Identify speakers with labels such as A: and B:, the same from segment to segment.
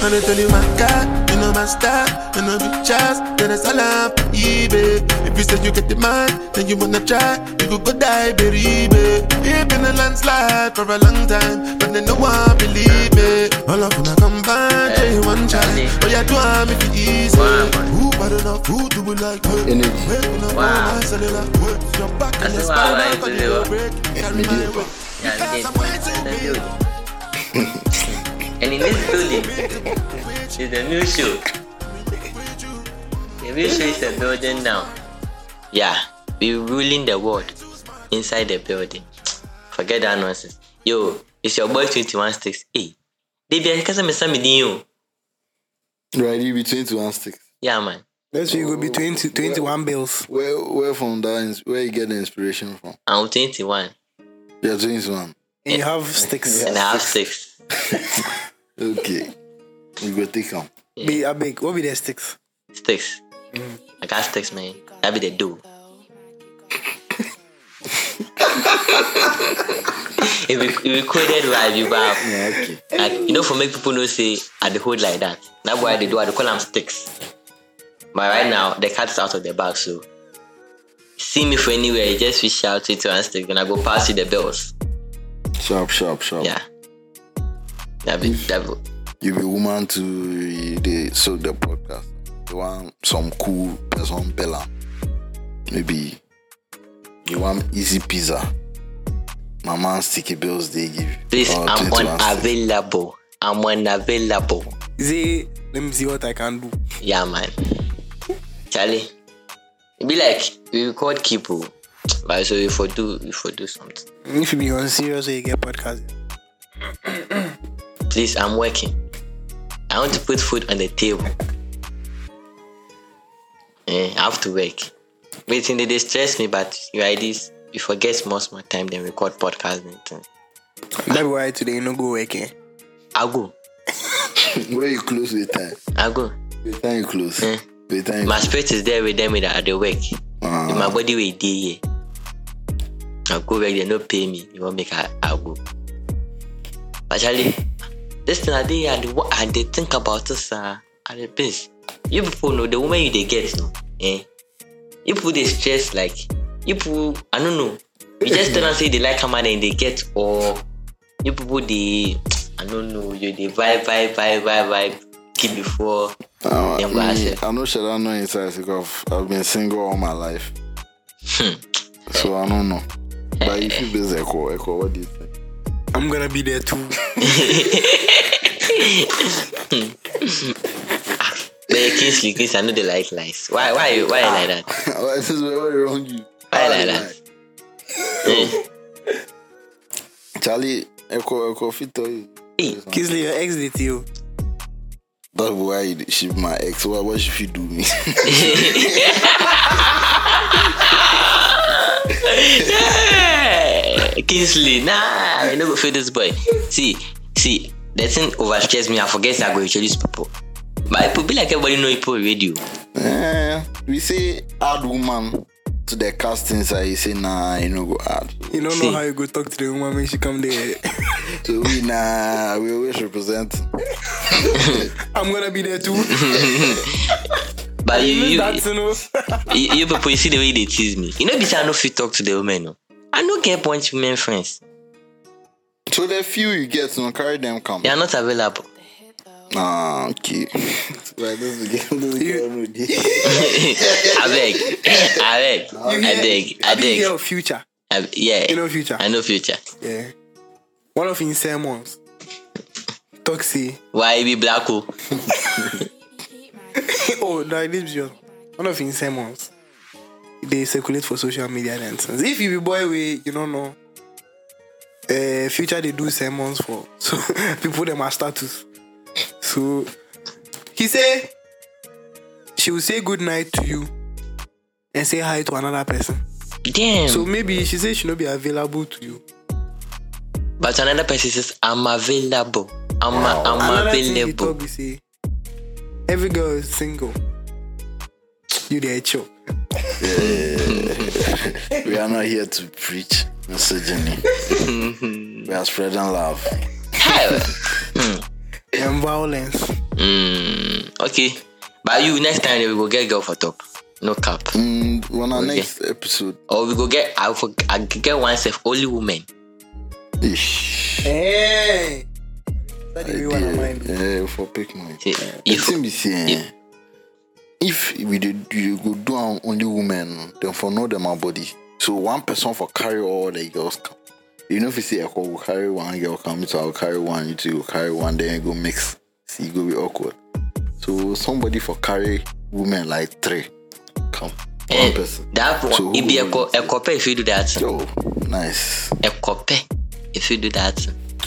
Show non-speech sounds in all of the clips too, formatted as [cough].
A: I don't tell you my God, you know my style, you know the chance, then it's all up, babe. If you said you get the man, then you wanna try, you could go die, baby. It been a landslide for a long time, but then no one believe it. All of them combined, tell you one child, but you do I'm if you easy. Who bad enough, who do we like?
B: Energy.
A: Wow. Your back and your
C: That's why
A: spine, I'm
C: I like to
A: gonna
C: do it.
A: break. Carry my
B: Mediocre.
A: weight.
C: Yeah,
A: Because I'm
C: I'm
A: way too big.
C: the dude. [laughs] and in this building is the new show. The new show is the building now. Yeah, we ruling the world inside the building. Forget that nonsense. Yo, it's your boy 21 Sticks. Hey, baby, I can't miss you.
B: Right, you be 21 sticks.
C: Yeah, man.
D: Next week will be 20, 21 bills.
B: Where where from that ins- where you get the inspiration from?
C: I'm 21
B: You're 21.
D: And you have sticks.
C: and I have six.
B: Okay. You go take them.
D: Be a big. What be their sticks?
C: Sticks. I got sticks, man. That be the dude. if we if we coded right, you have
B: Yeah, okay.
C: Like, you know, for make people know say I the hold like that. That's why they do. I dey call them sticks. But right now, the cat is out of the bag, so see me for anywhere. You just reach out to it and stick, and I go pass you the bills.
B: Sharp, sharp, sharp.
C: Yeah. That be that be-
B: You be woman to eh, the so the podcast. You want some cool person bella. Maybe you want easy pizza. Mama sticky bills they give. you.
C: Please,
B: Or
C: I'm
B: 21 sticks.
C: unavailable. I'm unavailable.
D: Say, let me see what I can do.
C: Yeah, man. Charlie, it be like we record people, but so if we do if we do something,
D: If you be on serious, you get podcast.
C: please, I'm working. I want to put food on the table. Eh, I have to work. Waiting they they stress me, but you are this. You forget most more time than record podcast and thing.
D: That be why today no go work. Eh?
C: I'll go.
B: [laughs] Where you close with time?
C: I'll go.
B: With time you close.
C: Eh.
B: With time. you-
C: My spirit is there with them with- at the work. If
B: Ah,
C: my body will day here. I'll go back, they no pay me. You won't make I, I'll go. But Charlie, this thing I did, I did, I did think about this, uh, I did this. You people know the woman you they get, no? Eh? You people they stress, like, you people, I don't know. You just tell them say they like a man and they get, or you people they, I don't know, you they vibe, vibe, vibe, vibe, vibe, keep before.
B: ah,
C: Them go
B: me,
C: accept.
B: I know shit I know inside because I've been single all my life.
C: Hmm.
B: so I don't know. But if you busy echo, echo, what do you think? [laughs]
D: I'm gonna be there too.
C: But Kingsley, Kingsley, I know they like lies. Why, why, you- why you like that?
B: Why is this very wrong you?
C: Why like that? Eh,
B: Charlie, echo, echo, fit tell you.
C: eh,
D: Kingsley, your ex did you.
B: That's why you- she my ex. Why, why should she do me? [laughs]
C: yeah, Kingsley, nah, you know go feel this boy. See, see, that thing overstress me. I forget say I go introduce people. But people be like everybody know people oh. radio.
B: Eh, we say add woman to the casting side. You say nah, you know go add.
D: You don't
C: See.
D: know how you go talk to the woman when she come there.
B: So we nah, we always represent.
D: [laughs] I'm gonna be [laughs] there too.
C: But you, you,
D: That's enough.
C: you, you people, you see the way they tease me. You know, be say I no fit talk to the women. No, I no get bunch women friends.
B: So the few you get, you know, carry them come.
C: They are not available.
B: Ah, okay. [laughs] like this again, this again.
C: I beg, I beg, I
D: [laughs]
C: beg, I
D: You
C: beg.
D: know future.
C: I- Yeah,
D: You know future.
C: I know future.
D: Yeah. One of his sermons. Toxie.
C: Why be black? oh?
D: oh, no, it is your one of his sermons. They circulate for social media nonsense. If you be boy way, you don't know. Uh, future they do sermons for [laughs] so people them are status. So he say she will say good night to you and say hi to another person.
C: Damn.
D: So maybe she say she not be available to you.
C: but another person says, I'm available. I'm, a, I'm
D: Another thing he
C: available.
D: told me say, every girl is single. You there chill.
B: We are not here to preach misogyny. we are spreading love.
C: Hell.
D: And violence.
C: Mm, okay. But you next time we go get girl for top. No cap.
B: Mm, on our
C: Okay.
B: next episode.
C: Or we go get I for I get one self only woman.
B: Ish.
D: Hey. That is what I
B: Yeah,
D: mind.
B: yeah, Eh, for pick me.
C: See,
B: If,
C: if
B: if, eh, if we did you go do am only women, then for know them our body. So one person for carry all the girls come. You know if you see a will carry one girl come, so I'll carry one, you two will carry one, then you go mix. See you go be awkward. So somebody for carry women like three. Come. One
C: eh,
B: person.
C: that one
B: So who
C: it be a
B: will
C: co-
B: win?
C: a copper if you do that.
B: Yo, nice.
C: A copper if you do that.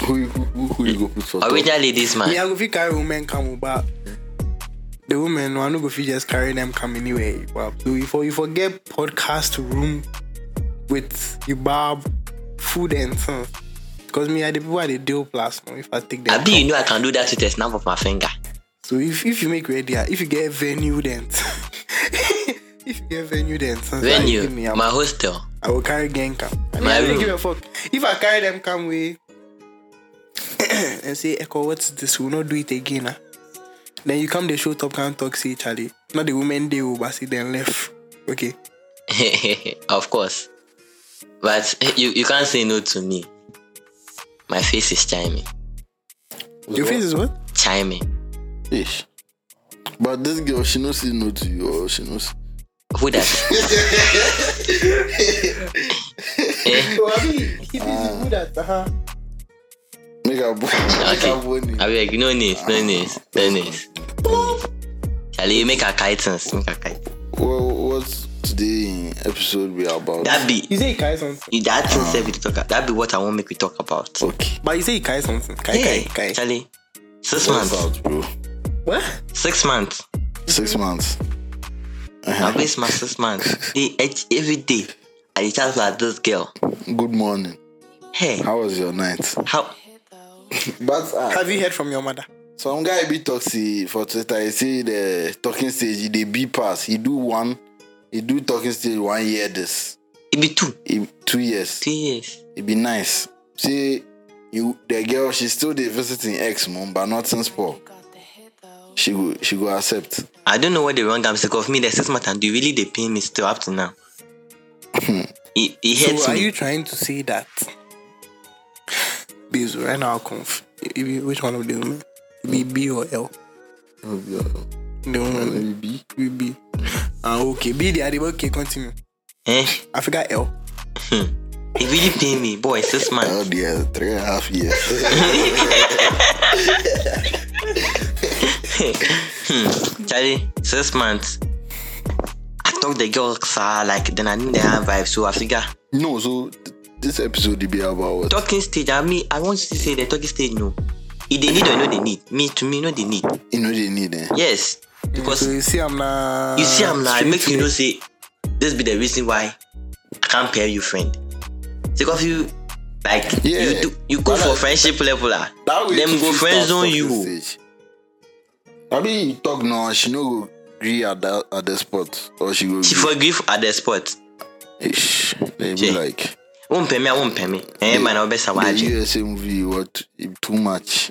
B: Who you who, who, who you go put for top?
C: Originally this
D: Me,
C: man.
D: I go fit carry women come, but the women, I no go fit just carry them come anyway. Wow. So if you forget podcast room with you barb, food and things. Because me, I the people I dey deal plus. no, If I take them,
C: Abi,
D: come.
C: you know I can do that with a snap of my finger.
D: So if, if you make ready, ah, if you get venue then, [laughs] if you get venue then, since I
C: Venue,
D: give me, I'm-
C: my hostel.
D: I will carry gang cam. I mean,
C: My
D: I don't
C: room.
D: give a fuck. If I carry them cam way [coughs] and say, Echo, what's this? We'll not do it again. ah." Then you come the show top cam talk say Charlie. Not the women they will but see then left. Okay.
C: [laughs] of course. But [laughs] you, you can't say no to me. My face is chiming.
D: Your face is what?
C: Chiming.
B: Ish. But this girl, she knows say no to you, or she knows.
C: Who that? [laughs] eh?
D: So I mean he is good at uh-huh.
B: Make [laughs] her bo- make her bone.
C: I beg, no names, no names, no names. Charlie, you make a kitens. Make a kite.
B: Well, what's today in episode be about?
C: That be
D: You say he carry something.
C: you- that thing self we talk about. That be what I want make we talk about.
B: okay.
D: But you say he carry something. Kai,
C: Hey,
D: kai, kai.
C: Charlie. Six
B: What's
C: months.
B: out, bro?
D: What?
C: Six months.
B: Six months. Uh-huh.
C: I waste my six months. They each- every day. I chat like this girl.
B: Good morning.
C: Hey,
B: How was your night?
C: how
B: But uh,
D: Have you heard from your mother?
B: some guy be toxic for Twitter. He say the talking stage. He dey be pass. He do one. He do talking stage one year. This
C: it be two,
B: he, two years.
C: two years.
B: It be nice. See you. The girl she still dey visiting ex mom, but not since Paul. She go. She go accept.
C: I don't know what the wrong am sick of me. The six months and do really they pay me still up to
D: [laughs]
C: now. it it hurts
D: So are
C: me.
D: you trying to say that? Because right now I'll conf- you be- which one of the women? You Be B or L? The woman
B: Maybe.
D: will be. Ah, okay. B the Adiba. Okay, continue.
C: Eh?
D: Africa L.
C: It really pay me, boy. Six
D: [laughs]
B: Oh
C: months.
B: dear, three and a half years. [laughs]
C: [laughs] Hmm. Charlie, six months. I talk the girls are like then I need the hand vibe, so I figure
B: no, so th- this episode will be about what?
C: talking stage. I mean, I want you to say the talking stage no. If they need or no, they need me to me no, they need.
B: You know they need eh?
C: Yes, because
D: So you see, I'm not.
C: You see, I'm like,
D: straight
C: make you know, say,
D: today.
C: this be the reason why I can't pair you, friend. Because you, like,
B: Yeah.
C: you do, you go
B: But
C: for
B: like-
C: friendship level, ah. Them go friend zone you.
B: I mean, you talk now, she no go agree at that at the spot, or she go.
C: She
B: agree.
C: forgive at the spot.
B: Ish, they be
C: Jay.
B: like
C: Won't pay me, I won't pay me. Eh, man, I'll be
B: the
C: savage.
B: USA movie. What if too much?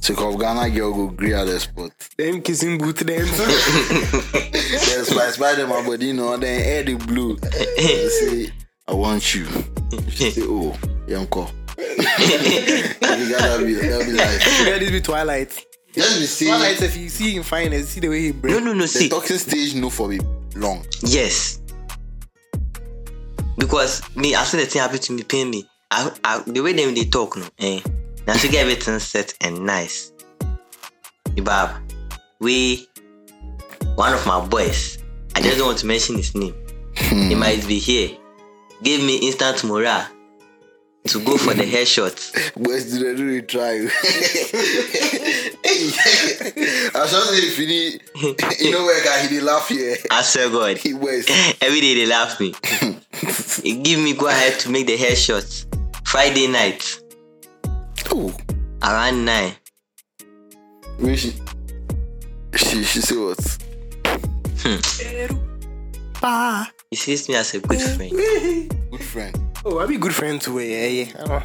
B: So of Ghana girl go agree at the spot.
D: Them kissing booth them. [laughs]
B: Then spice by them my body, you know. Then air the blue. They say, I want you. She say, Oh, [laughs] Yanko. you gotta be, that be like.
D: Let this be Twilight.
B: Just be saying.
D: Twilight, if you see him fine, and see the way he
C: No,
D: breaks.
C: no, no,
B: The
C: see,
B: talking stage no for me long.
C: yes. Because me, as soon as the thing happen to me, pain me. I, I, the way them they talk, no, eh. Now she get everything set and nice. Ibab, we one of my boys. I just don't want to mention his name. He might be here. Gave me instant morale to go for the headshot.
B: Boys do not really try. [laughs] I was just saying if you need you know where guy he did laugh here.
C: I swear God.
B: He was
C: Every day they laugh me. he give me go ahead to make the headshot. Friday night
B: oh
C: around nine.
B: when she she she say what?
D: Ah.
C: He sees me as a good friend.
B: Good friend.
D: Oh, I be good friends too. eh, Oh, Yeah, yeah. I know.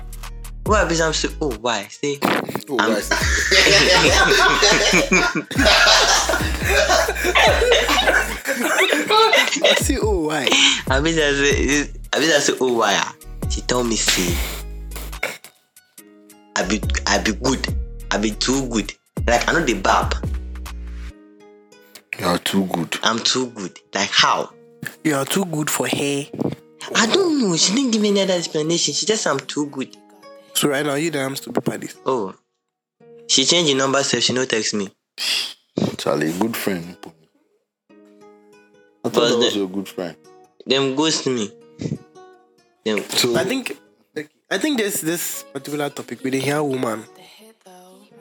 C: Why bitch I'm say, oh why? Say
B: Oh,
C: I'm-
B: guys.
D: I see. Oh, why?
C: I bitch I say I bitch I say oh why ah?" She tell me say I be I be good. I be too good. Like I know the bab.
B: You are too good.
C: I'm too good. Like how?
D: You are too good for her.
C: I don't know. She didn't give me any other explanation. She just I'm too good.
D: So right now, you damn stupid parties.
C: Oh. She changed the number so she no text me.
B: Charlie, good friend. I
C: But
B: thought that was
C: the-
B: your good friend.
C: Them ghost me. Them
B: So,
D: I think. I think this this particular topic with the hair woman.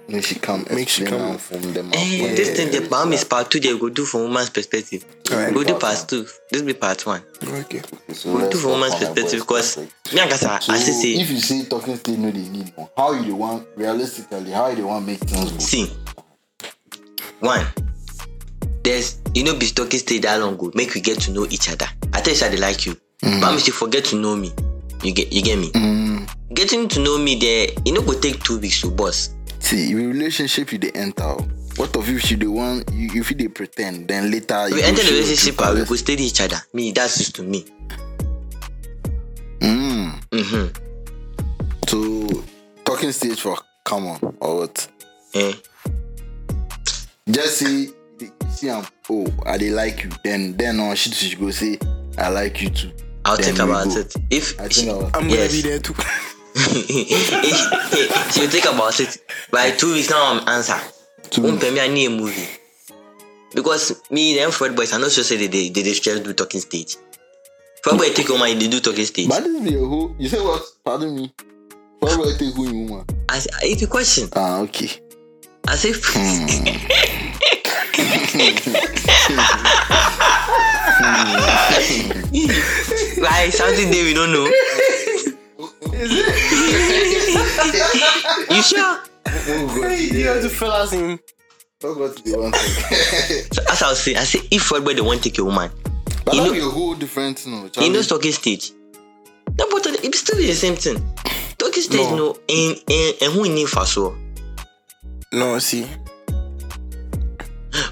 B: make she come
D: Make she
B: explain
D: come.
B: and form them up.
C: Eh,
B: when
C: this thing,
B: there
C: the palm
B: is
C: is part two. They go do from woman's perspective.
D: Alright.
C: Go do
B: Part
C: part two. This be part one.
D: Okay.
B: that. So
C: Go
B: let's
C: do from
B: talk
C: woman's
B: on our boys'
C: perspective because
B: perspective.
C: me and Kasa,
B: So
C: I say say
B: if you say talking stage no they need more, how you dey want realistically, how you dey want make things go?
C: see. One, there's you know be talking stay that long ago. Make we get to know each other. I tell you, say they like you. But if you forget to know me, you get you get me.
B: Mm,
C: Getting to know me there, you know, go take two weeks to boss.
B: see, if a relationship you dey enter, oh, what of if she dey want you if you dey pretend, then later
C: If
B: you
C: we
B: go
C: enter the
B: show your
C: relationship,
B: true
C: ah, we
B: colours?
C: go stay with each other. Me, that's just to me.
B: Mm.
C: hmm
B: So talking stage for come on or what?
C: Eh.
B: Just see see am oh I dey like you then then on she she go say I like you too.
C: I'll
B: Then
C: think
B: we
C: about
B: go.
C: it. If
B: I
C: she-
B: think I was
D: I'm
C: Yes.
D: gonna be there too. [laughs]
C: she will think about it by two weeks now i'm answer
B: Two
C: won
B: weeks.
C: pay me i need a movie because me dem fred boys i no sure say they dey they dey stress do talking stage fred boy take woman he dey do talking stage
B: But this be a whole you say what? Pardon me. Why would I take who in woman?
C: i say ah, it's a question
B: Ah okay. [laughs]
C: i say [laughs] like something dey we no know [laughs] you sure
D: you have to fill us in.
B: Talk what you want.
C: so as i was saying i say if fred boy dey wan take a woman
B: But
C: You
B: that
C: know-
B: be a whole different thing.
C: he
B: no,
C: knows talking stage no but uh, it still be the same thing talking stage
D: No.
C: no ehun ehun ni fa so.
D: No, see.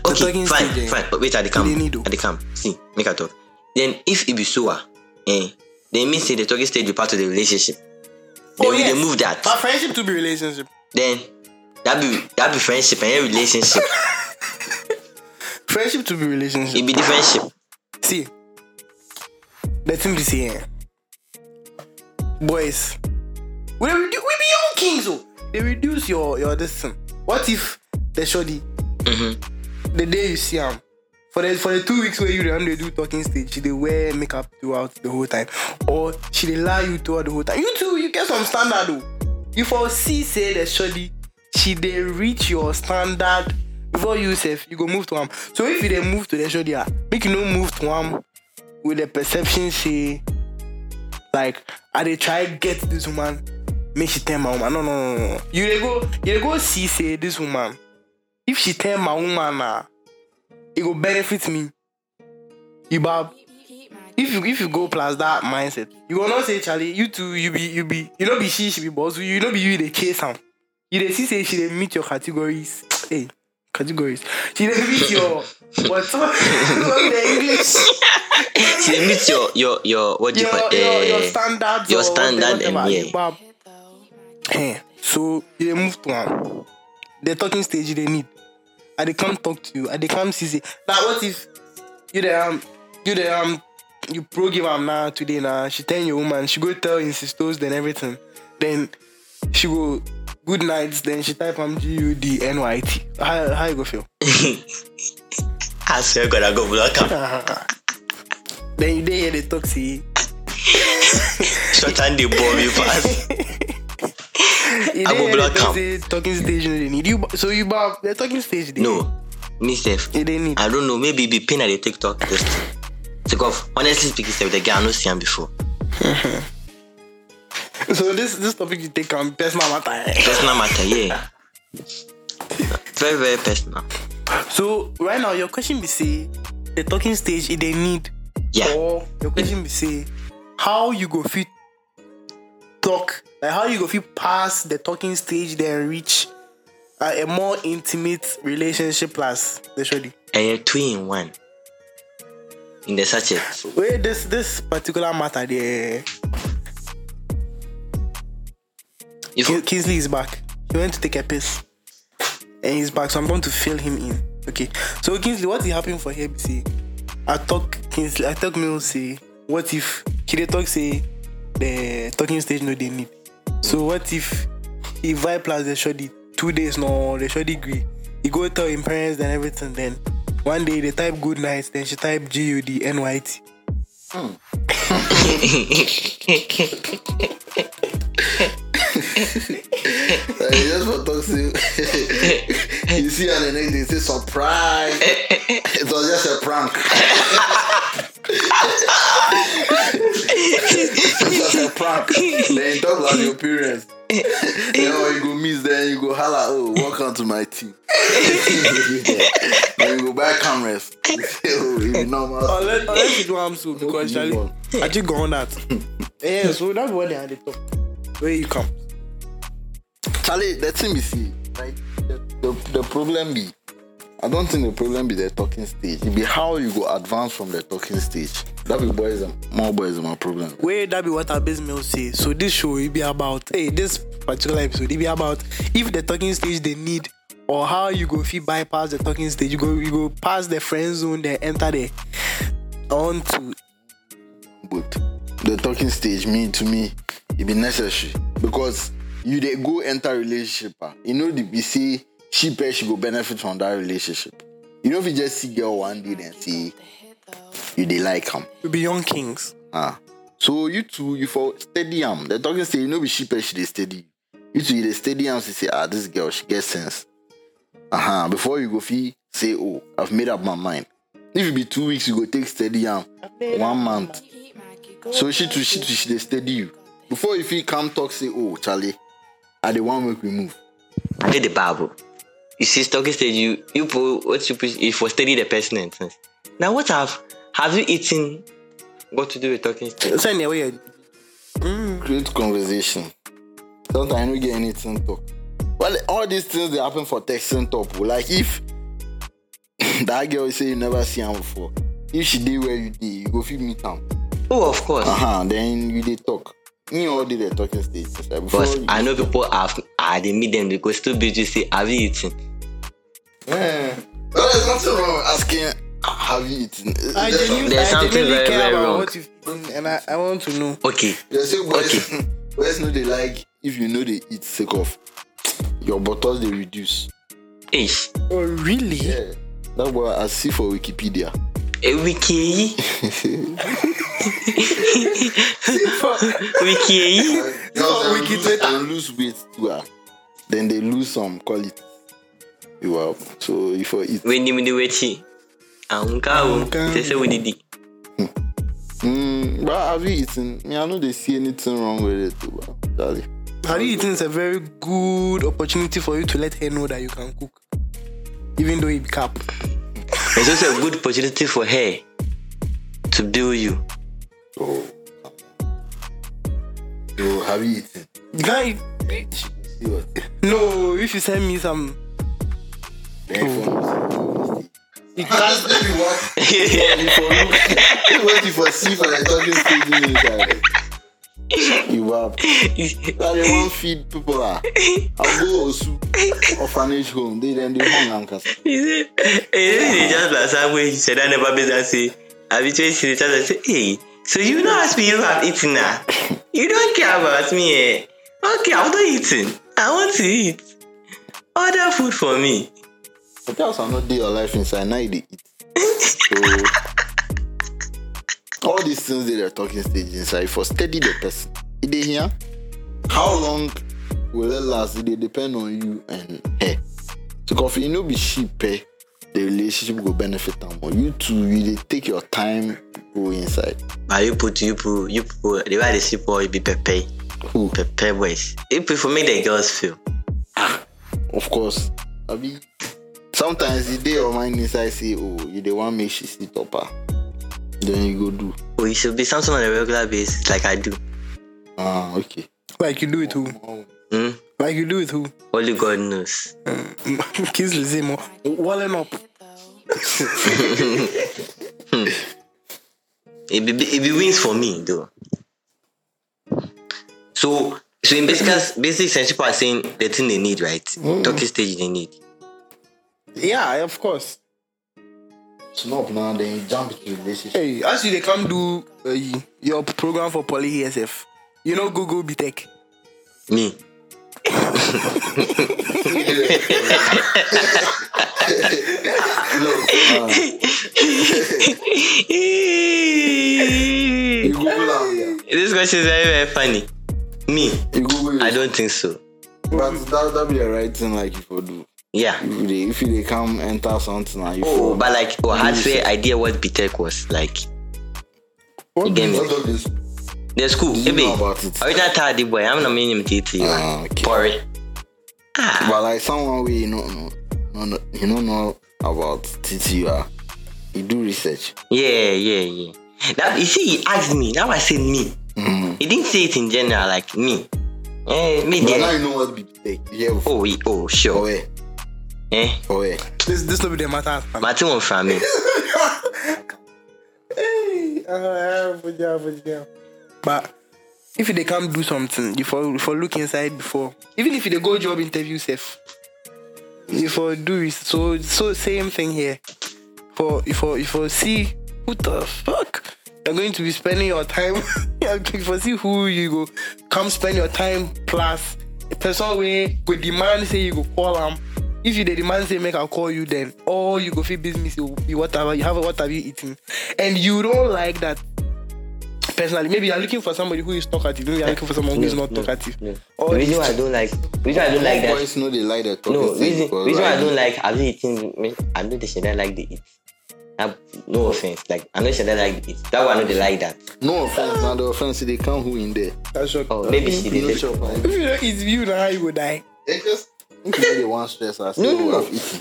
C: okay
D: talking
C: fine
D: stage, eh?
C: fine but wait at the camp
D: They need to.
C: at the camp see make i talk then if e be so ah eh then mean say the talking stage be part of the relationship then
D: Oh,
C: we
D: yes.
C: dey move that
D: But friendship to be relationship.
C: then that be that be friendship and
D: [laughs]
C: relationship
D: Friendship to be relationship.
C: e be the friendship
D: See, the thing be saying, boys, we redu- we be young kings, oh. They reduce your your distance. What if the shoddy,
C: Mm-hmm.
D: the day you see him, for the for the two weeks where you dey- they do talking stage, she they wear makeup throughout the whole time, or she they lie you throughout the whole time. You too, you get some standard though. You foresee say the shoddy, she they reach your standard before you safe, you go move to him. So if you they move to the shoddy, ah, make you no move to him with the perception say like I dey try get this woman make she tell my woman. No, no, no, no. You dey go, you dey go see say this woman. If she tell my woman, ah, it go benefit me. You bab. If you if you go plus that mindset, you go not say Charlie. You too. You be you be you know be she she be boss. You know be you dey chase am. You dey see say she dey meet your categories. hey, categories. She dey meet your what? [laughs] what the English?
C: she dey meet your your your what do you
D: your,
C: call
D: your, your
C: eh
D: standards
C: your
D: or
C: standard
D: whatever,
C: and
D: whatever.
C: yeah.
D: But, eh, so you dey move to am the talking stage they need i dey come talk to you i dey come see say na what if you dey um you dey um you pro give am now today na she tell your woman she go tell im sisters then everything then she go good night then she type am g-u-d-n-y-t how how you go feel. [laughs]
C: i swear god i go block am
D: then you dey hear the talk say
C: short hand dey bore me pass
D: [laughs] I
C: go block am.
D: Talking stage, no, they need you. ba- So you bab the talking stage. They
C: no me sef
D: they, they need.
C: i don't know maybe e be pain i dey take talk this thing because honestly speaking sef the guy i no see am before
D: So this this topic you take on personal matter. eh?
C: personal matter yeah very very personal
D: So right now your question be say the talking stage if they need
C: yeah
D: or your question be say how you go fit talk Like how you go feel past the talking stage then reach uh, a more intimate relationship plus the shoddy.
C: And you're two in one. In the sachet.
D: Wait, this this particular matter there. eh?
C: You
D: Ki-
C: fo-
D: Kingsley is back. He went to take a piss. And he's back. So I'm going to fill him in. Okay. So Kingsley, what is happening for here? See, I talk Kingsley, I talk Mill say, what if Kide talk say the talking stage no they need. So what if he vibe plus the shoddy two days no the shoddy agree. He go tell him parents and everything then. One day they type good night, then she type G U D N Y T.
B: Like, just for toxic. [laughs] you see her the next day, say surprise. it was just a prank. [laughs] it was just a prank. then you talk about your parents. then when you go miss, then you go holla, oh, welcome to my team. [laughs] then you go buy cameras. You say, oh, you normal.
D: Unless, unless you do am so because
B: Don't
D: Charlie,
B: believe
D: actually go on that. [laughs] yeah, so that's what they had top. Where you come?
B: Charlie, the thing is, see, like, the, the, the problem be, I don't think the problem be the talking stage. It be how you go advance from the talking stage. That be boys and more boys and my problem.
D: Where that be what our base mail say. So this show it be about hey this particular episode it be about if the talking stage they need or how you go fit bypass the talking stage. You go you go past the friend zone then enter the on to
B: But the talking stage mean to me it be necessary because you they go enter relationship. ah, You know the be say she pay she go benefit from that relationship. You know if you just see girl one day then say you they like him.
D: you be young kings.
B: Ah. So you two, you for steady am. The talking say you know be cheaper, she dey steady. You two, you dey steady am. She say, ah, this girl, she get sense. Uh huh. Before you go fee, say, oh, I've made up my mind. If it be two weeks, you go take steady am. One month. So she too, she too, she dey steady you. Before you feel come talk, say, oh, Charlie, I the one make we move.
C: I did the Bible. You see, talking stage, you you put what you put if was study the person and things. Now what have have you eaten got to do with talking stage?
D: Send your way.
B: Create conversation. Sometimes I don't get anything talk. Well, all these things they happen for texting top. oh. Like if [laughs] that girl you say you never see him before, if she did where you did, you go feel meet him.
C: Oh of course.
B: Uh huh. Then you they talk. Me all did the talking stage. Like before
C: Because
B: you-
C: I know people have I they meet them because still be just say, have you eaten?
B: Yeah. Well, Eh, there's nothing wrong with asking. Have you eaten? Eh,
D: I genuinely,
C: There's
D: I
C: something
D: genuinely
C: very,
D: care
C: very
D: about
C: wrong.
D: what you've eaten and I, I want to know.
C: Okay.
B: They say boys,
C: Okay.
B: [laughs] boys know they like if you know they eat sick of your bottles they reduce.
C: Ish.
D: Oh really?
B: Yeah. That's what I see for Wikipedia.
C: A wiki. wiki.
D: So
B: Because
D: we
B: they
D: get
B: lose-
D: it.
B: they lose weight too. ah. Then they lose some quality. You are so if I eat.
C: When you mean the witchy. Anka.
D: Anka.
C: They say we did it.
B: Mm, but have you eaten? Me, I know they see anything wrong with it. Too, but Charlie.
D: Have you eaten is a very good opportunity for you to let her know that you can cook. Even though it be cap.
C: It's also a good opportunity for her to build you.
B: Oh. So have you eaten?
D: You can't eat-
B: See what?
D: No, if you send me some
B: Then for
D: you can't
B: what [laughs] if I see for the talking stage in it, Charlie? You are. Charlie won't feed people. ah. I'll go to orphanage home. They then they hung and cast.
C: He said, hey, he just like some way he said, I never been that say, I be chasing the child and say, hey, so you don't ask me if I've eaten now. You don't care about me, eh? Okay, I'm not eating. I want to eat. Order food for me.
B: Hotels are not day or life inside, now they eat. So, all these things that they're talking stage inside for steady the person. It they here? How long will it last? It dey depend on you and her. So if you know be sheep, eh, the relationship will benefit them more. You two, you they take your time go inside.
C: But you put, you put, you put, the way they see boy be pepe,
B: Who?
C: pepe boys. You put for make the girls feel.
B: Of course. I mean, sometimes the day your mind inside say, oh, you the one make she sit up. ah." Then you go do.
C: Oh, you should be something on a regular basis like I do.
B: Ah, okay.
D: Like you do it who?
C: Hmm?
D: Like you do it who? [laughs]
C: Only God knows.
D: Kids the same. Walling up.
C: It be, it be wins for me though. So so in basic basic friendship are saying the thing they need, right?
B: Mm.
C: Talking stage they need.
D: Yeah, of course.
B: Snob now, then you jump into relationship.
D: Hey, as you they come do uh, your program for Poly ESF. You know, Google B Tech.
B: [laughs]
C: Me.
B: Look, man, [laughs] you
C: this
B: Google am, yeah.
C: question is very very funny. Me.
B: You Google
C: I
B: it.
C: don't think so.
B: But that that be the right thing, like if you do.
C: Yeah.
B: If they if they come enter something, and you
C: Oh,
B: fall,
C: but like, oh, I had fair idea what BTEC was like.
D: What
C: You get me?
B: what of this?
C: The school,
B: Do you
C: maybe.
B: know about it?
C: Original tardy boy, I'm not meaning to you.
B: Ah, okay.
C: Porry. Ah,
B: But like someone we you know, no, no, you don't know about TTR. You do research.
C: yeah, yeah, yeah. Now you see, he asked me. Now I said me.
B: Mm.
C: He didn't say it in general, like me. Eh, me
B: But now
C: there.
B: you know what BPTech. Yeah, before.
C: Oh, he- oh,
B: Oh,
C: sure.
B: yeah.
C: Eh,
B: Oh, yeah.
D: This this will be the matter. at hand.
C: Martin won't from me.
D: Hey, ah, Abuja, Abuja. But if they come do something, you for you for look inside before. Even if they go job interview safe. You for do it. So so same thing here. For you for you for see who the fuck you're going to be spending your time. [laughs] you for see who you go come spend your time plus a person way go demand say you go call them. If you the demand say make I call you then or you go fit business you, you whatever you have a what have you eaten and you don't like that personally maybe you're looking for somebody who is talkative maybe you're looking for someone who is not talkative
C: No.
D: All
C: The reason
D: these
C: why I don't like, reason why I don't like that
B: Boys know they like the talking
C: No,
B: thing
C: reason,
B: because,
C: reason why I
B: like,
C: don't like I've been eating me- I'm not the shit that like the eat. I, no offense, like I'm not sure that like the eat. That one I know they like that.
B: No offense, now the offense they come who in there.
D: That's your-
C: Oh, maybe she
B: You know,
C: did. it.
B: chop. like,
D: if you don't eat you know how you go die
B: They just. If you know they want stress, I say,
C: No, no,
B: oh,
C: no.
B: I've eaten.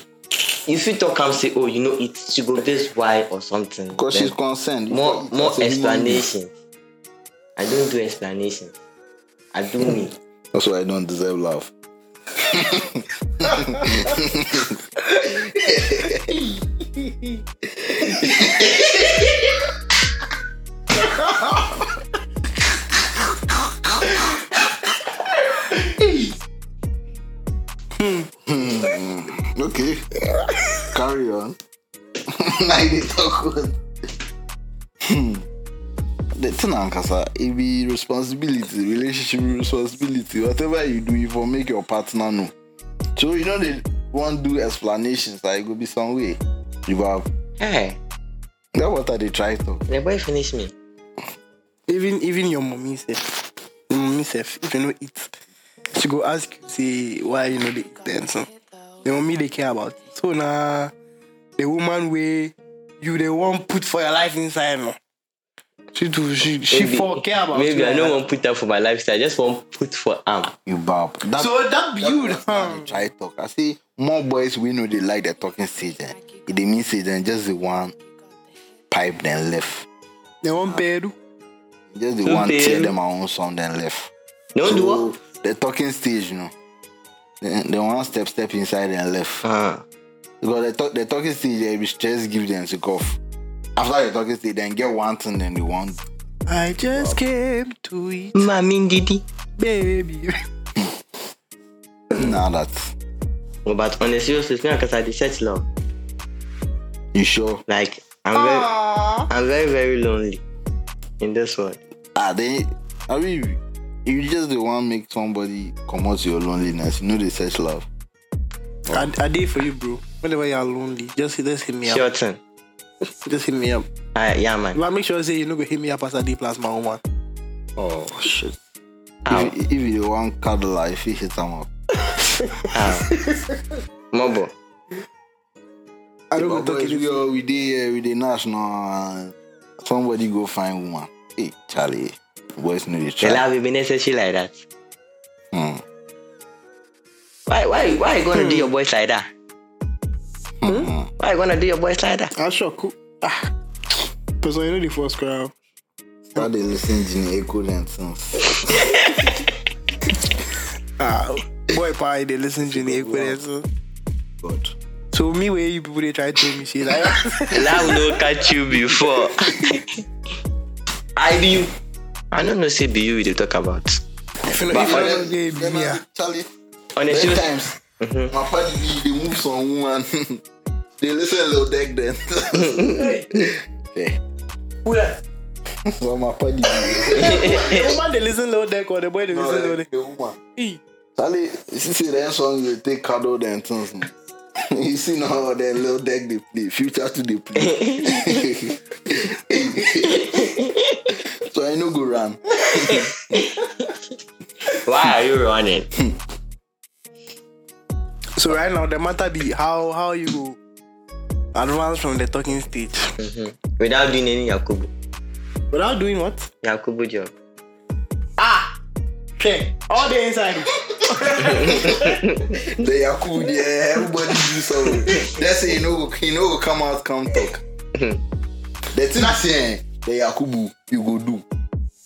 C: If you talk come say, oh, you know it, she go this why or something.
B: Because
C: then
B: she's concerned.
C: more
B: It's a
C: more
B: human being.
C: explanation. I don't do explanation. I do
B: Hmm.
C: me.
B: That's why I don't deserve love. Okay. Carry on. like they talk with. The thing Ankasa, it be responsibility, relationship responsibility. Whatever you do, you for make your partner know. So you know they won't do explanations. Like it could be some way. You have Eh.
C: Hey,
B: that what are they trying to?
C: the boy finish me.
D: even even your mommy self, your mommy self, if you know eat, she go ask you say why you know they eat then so. The mommy they care about. So now the woman way you the one put for your life inside no. She do she she
C: Maybe-
D: for care about
C: Maybe
D: you.
C: I
B: eh?
C: don't want put that for my lifestyle. I just want put for arm.
B: You bab. That,
D: So that you
B: that's how they try talk. I see more boys we know they like the talking stage. Eh? If they mean stage, then just the one pipe then left.
D: the one peru.
B: Just the
C: So
B: one tear
C: then-
B: them our own song then left.
C: Don't do
B: So,
C: what?
B: the talking stage, you know. The, the one step step inside and left.
C: Uh,
B: Because the, talk, the talking stage, they be stress give them to cough. After the talking stage, then get one thing, then they want.
D: I just came to eat,
C: Mami Didi.
D: baby. [laughs]
B: now that
C: No, but on a serious note, because I research love.
B: you sure.
C: Like I'm very, I'm very very lonely in this world.
B: Ah, then I mean, if you just the one make somebody come out your loneliness, you know they search love.
D: I, I did for you, bro. Whenever you're lonely, just just hit me up.
C: Sure thing.
D: Just hit me up.
C: Ah, yeah man.
D: But make sure say you no go hit me up as I did plasma woman.
B: Oh shit.
C: Ow,
B: If, if you the one cuddle, if you hit them up.
C: ow. Mobo.
D: I don't
B: But
D: want to
B: boys,
D: talk
B: we
D: you.
B: all we did uh, we did national. and somebody go find woman. Hey Charlie, boys know they
C: The
B: try.
C: love will be necessary like that.
B: Mm.
C: Why why why you gonna do
B: Hmm.
C: your boys like that? Hmm?
B: Mm.
C: Why you gonna do your boys like that?
D: I'm shocked. Ah, person, you know the first crowd.
B: Start they listen to the echo and sense.
D: Ah, boy, pie, they listen to me. equalizer.
B: God.
D: So, me, where you people they try to tell me shit. Like, ah.
C: Love no catch you before. I be you. I don't know say be you we dey talk about.
D: [laughs] if you know,
B: But
D: if I
B: honest-
D: don't get ah.
B: then I-
D: beer,
B: Charlie,
C: Honestly,
B: many times my party be- they move some woman. [laughs] they listen to Lil Deck then. okay. So my party be-
D: Eh, the man they listen low deck or the boy they
B: no,
D: listen low
B: the,
D: deck.
B: the woman.
D: Eh,
B: Charlie, you see that song they take cuddle and things. [laughs] no? you see now that Lil Deck they play, [laughs] future to they play. so I no go run.
C: why are you running?
D: So, right now, the matter be how, how you go advance from the talking stage
C: Without doing any Yakubu.
D: without doing what?
C: Yakubu job.
D: Okay, all the inside.
B: [laughs] The Yakubu, yeah, everybody do so. That's it, you know, you know, come out,
D: [laughs]
B: come talk. the thing I say, eh, the Yakubu, you go do.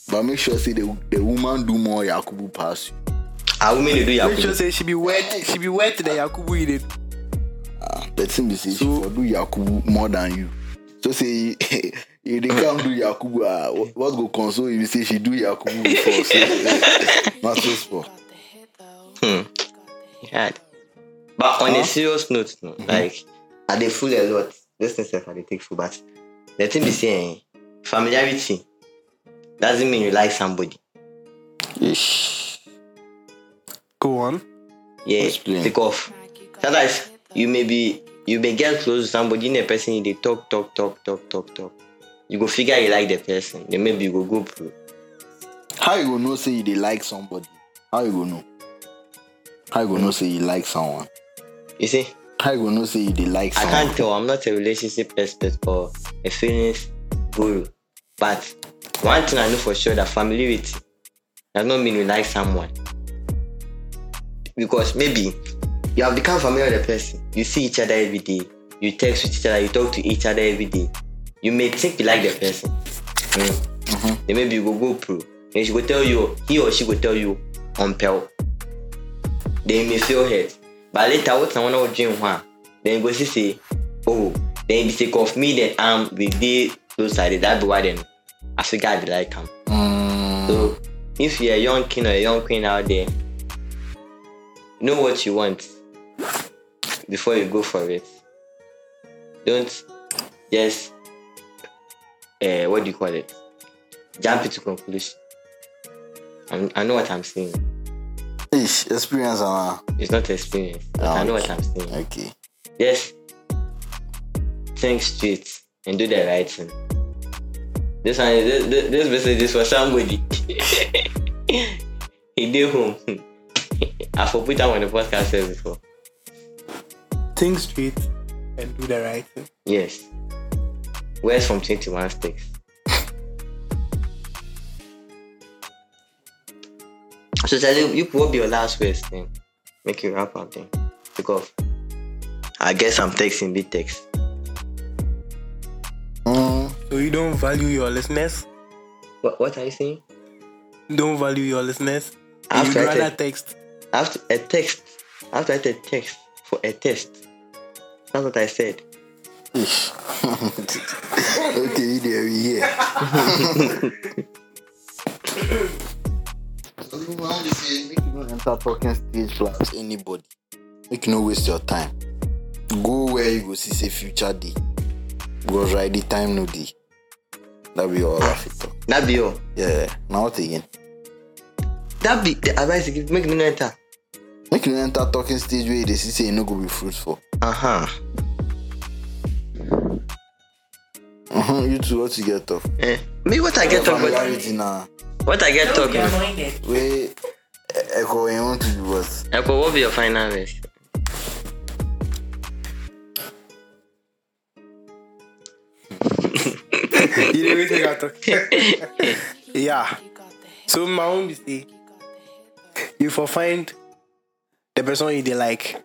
B: But make sure say the, the woman do more Yakubu pass you.
C: I women dey do
D: Make sure
C: Yakubu.
D: say she be wet, she be wet the Yakubu he did.
B: Ah, the thing be say, she for do Yakubu more than you. So say, [laughs] if they come do Yakubu, ah, what, what go console you say she do Yakubu before. So, [laughs] not so sport.
C: Yeah. But on a serious note, no, like Mm-hmm. I dey fool a lot. This thing self I dey take fool, but the thing be saying familiarity doesn't mean you like somebody.
D: Go on.
C: Yeah,
B: Explain.
C: take off. Sometimes you may be you may get close to somebody in a person you dey talk talk talk talk talk talk. You go figure you like the person. Then maybe you go go pro.
B: How you go know say you dey like somebody? How you go know? How you go know say you like someone?
C: You see,
B: How you go know say you dey like
C: I
B: someone?
C: can't tell. I'm not a relationship expert or a feelings guru. But one thing I know for sure that familiarity does not mean you like someone. Because maybe you have become familiar with the person. You see each other every day. You text with each other. You talk to each other every day. You may think you like the person. Mm. Then maybe you go go pro. Then she go tell you, he or she go tell you, on pel. Then you may feel hurt. But later, what someone will dream one. Then you go see say, oh, then if you take off me, then I'm with the close sided. That be why then I figure I dey like him. So if you're a young king or a young queen out there, know what you want before you go for it. Don't just uh, what do you call it? Jump into conclusion. I'm, I know what I'm saying.
B: Ish, experience ah.
C: It's not experience. but I know what I'm saying.
B: Okay.
C: Yes. Think straight and do the right thing. This one, this, this, this message is for somebody. [laughs] he did home. [laughs] I for put that on the podcast said before.
D: Think straight and do the right thing.
C: Yes. Where's from 21 sticks? [laughs] so tell you, you what be your last words then? Make you wrap up then. Take off. I guess I'm texting big text.
B: Mm,
D: So you don't value your listeners.
C: What, what are you saying?
D: Don't value your listeners.
C: I've
D: You'd
C: tried
D: rather
C: it.
D: text.
C: after a text after a text for a test that's what i said
B: ish. [laughs] okay, there we here. So you want to say, make you no enter talking stage plus anybody. Make you no waste your time. Go where you go see say future day. Because right the time no day. That be all of it. oh.
C: that be all
B: Yeah. Now what again?
C: that be the advice you give make me no enter
B: Make you no enter talking stage where they see say you no go be fruitful.
C: uh-huh
B: Uh-huh, you two what you get off.
C: eh. me what i get talk about
B: Familiarity na.
C: what i get talk about
B: wey ẹkọ yẹn wọn ti di bọs.
C: Ekko, Eh, what be your final verse
D: [laughs] you didn't really think I talk. yeah. So my own mistake. You for find the person you they like.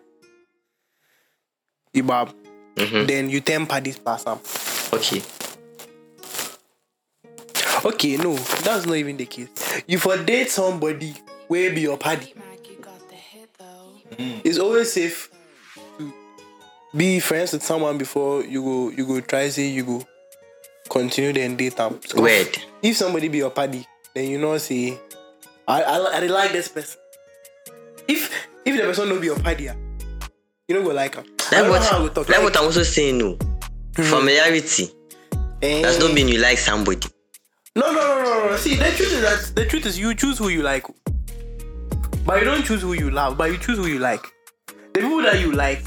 D: You bab. Then you temper this person.
C: okay
D: Okay, no, that's not even the case. You for date somebody, where be your party. It's always safe to be friends with someone before you go you go try say you go continue then date them. So
C: Word.
D: If somebody be your party, then you know say I I, li- I dey like this person. If if the person no be your party, ah, you don't go like him.
C: Like what, like what I'm also saying, no. Familiarity does not mean you like somebody.
D: No, no, no, no, no. See, the truth is that the truth is you choose who you like, but you don't choose who you love. But you choose who you like. The people that you like,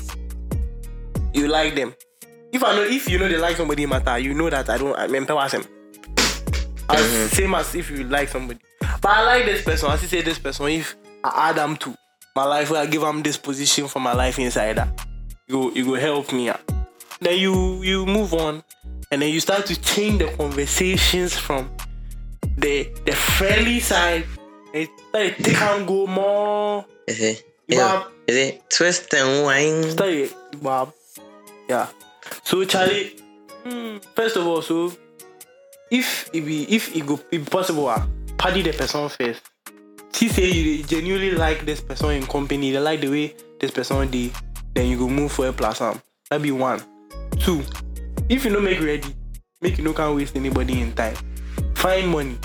D: you like them. If I know, if you know they like somebody matter, you know that I don't. I mean, empower them. As same as if you like somebody. But I like this person. As you say this person, if I add them to my life, where I give them this position for my life inside that, you go, you go help me out. Then you you move on, and then you start to change the conversations from the the friendly side and start to take and go more.
C: Is it? Yeah.
D: Bob.
C: Is it? Twist and eh. wine.
D: Start to, wow. yeah. So Charlie, hmm, first of all, so if it be if it go if possible, ah, party the person first. See say you genuinely like this person in company, they like the way this person dey, then you go move for a plus am. That be one. Two, if you no make ready, make you no can waste anybody in time. Find money.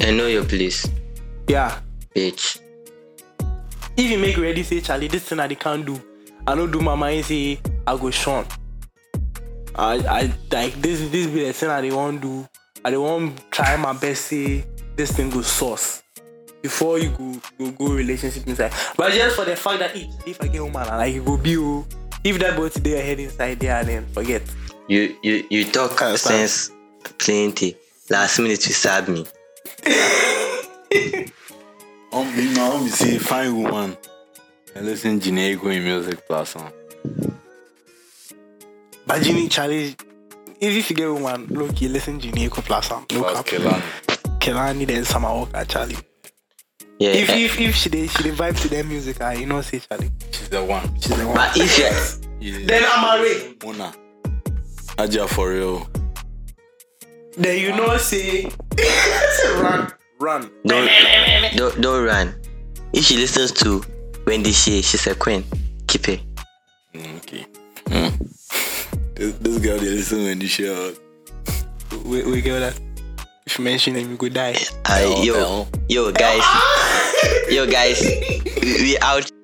C: And know your place,
D: Yeah.
C: bitch.
D: If you make ready, say Charlie, this thing I they can't do. I don't do my mind say I go Sean. I I like this this be the thing I they won't do. I they won't try my best say this thing go source before you go go, go relationship inside. But just for the fact that eh, if I get woman, I like you go be oh. If that boat there head inside there, then forget.
C: You you you talk
D: Can't stand.
C: sense plenty. Last minute you stab me.
E: Um, you know, I'm see fine woman. I listen generic in music class. Huh?
D: But Jimmy Charlie, if if you get woman, look, you listen to Nico Plus, um, look
E: Class
D: up.
E: killer.
D: Kelani then Summer Walker, Charlie.
C: Yeah.
D: if
C: eh,
D: if if she did she did vibe to their music, I you know say Charlie.
E: She's the one.
D: She's the one.
C: but if you
E: Yeah.
D: Then I'm away.
E: Mona. Aja for real.
D: Then you know say [laughs] run, run.
C: don't, don't don't run, if she listens to Wendy Shea, she's a queen. Keep it.
E: Mm, [laughs] okay. This, this girl they listen when you share.
D: We we get that. If you mention him, you could die.
C: Uh, yo, yo guys, yo guys, we, we out.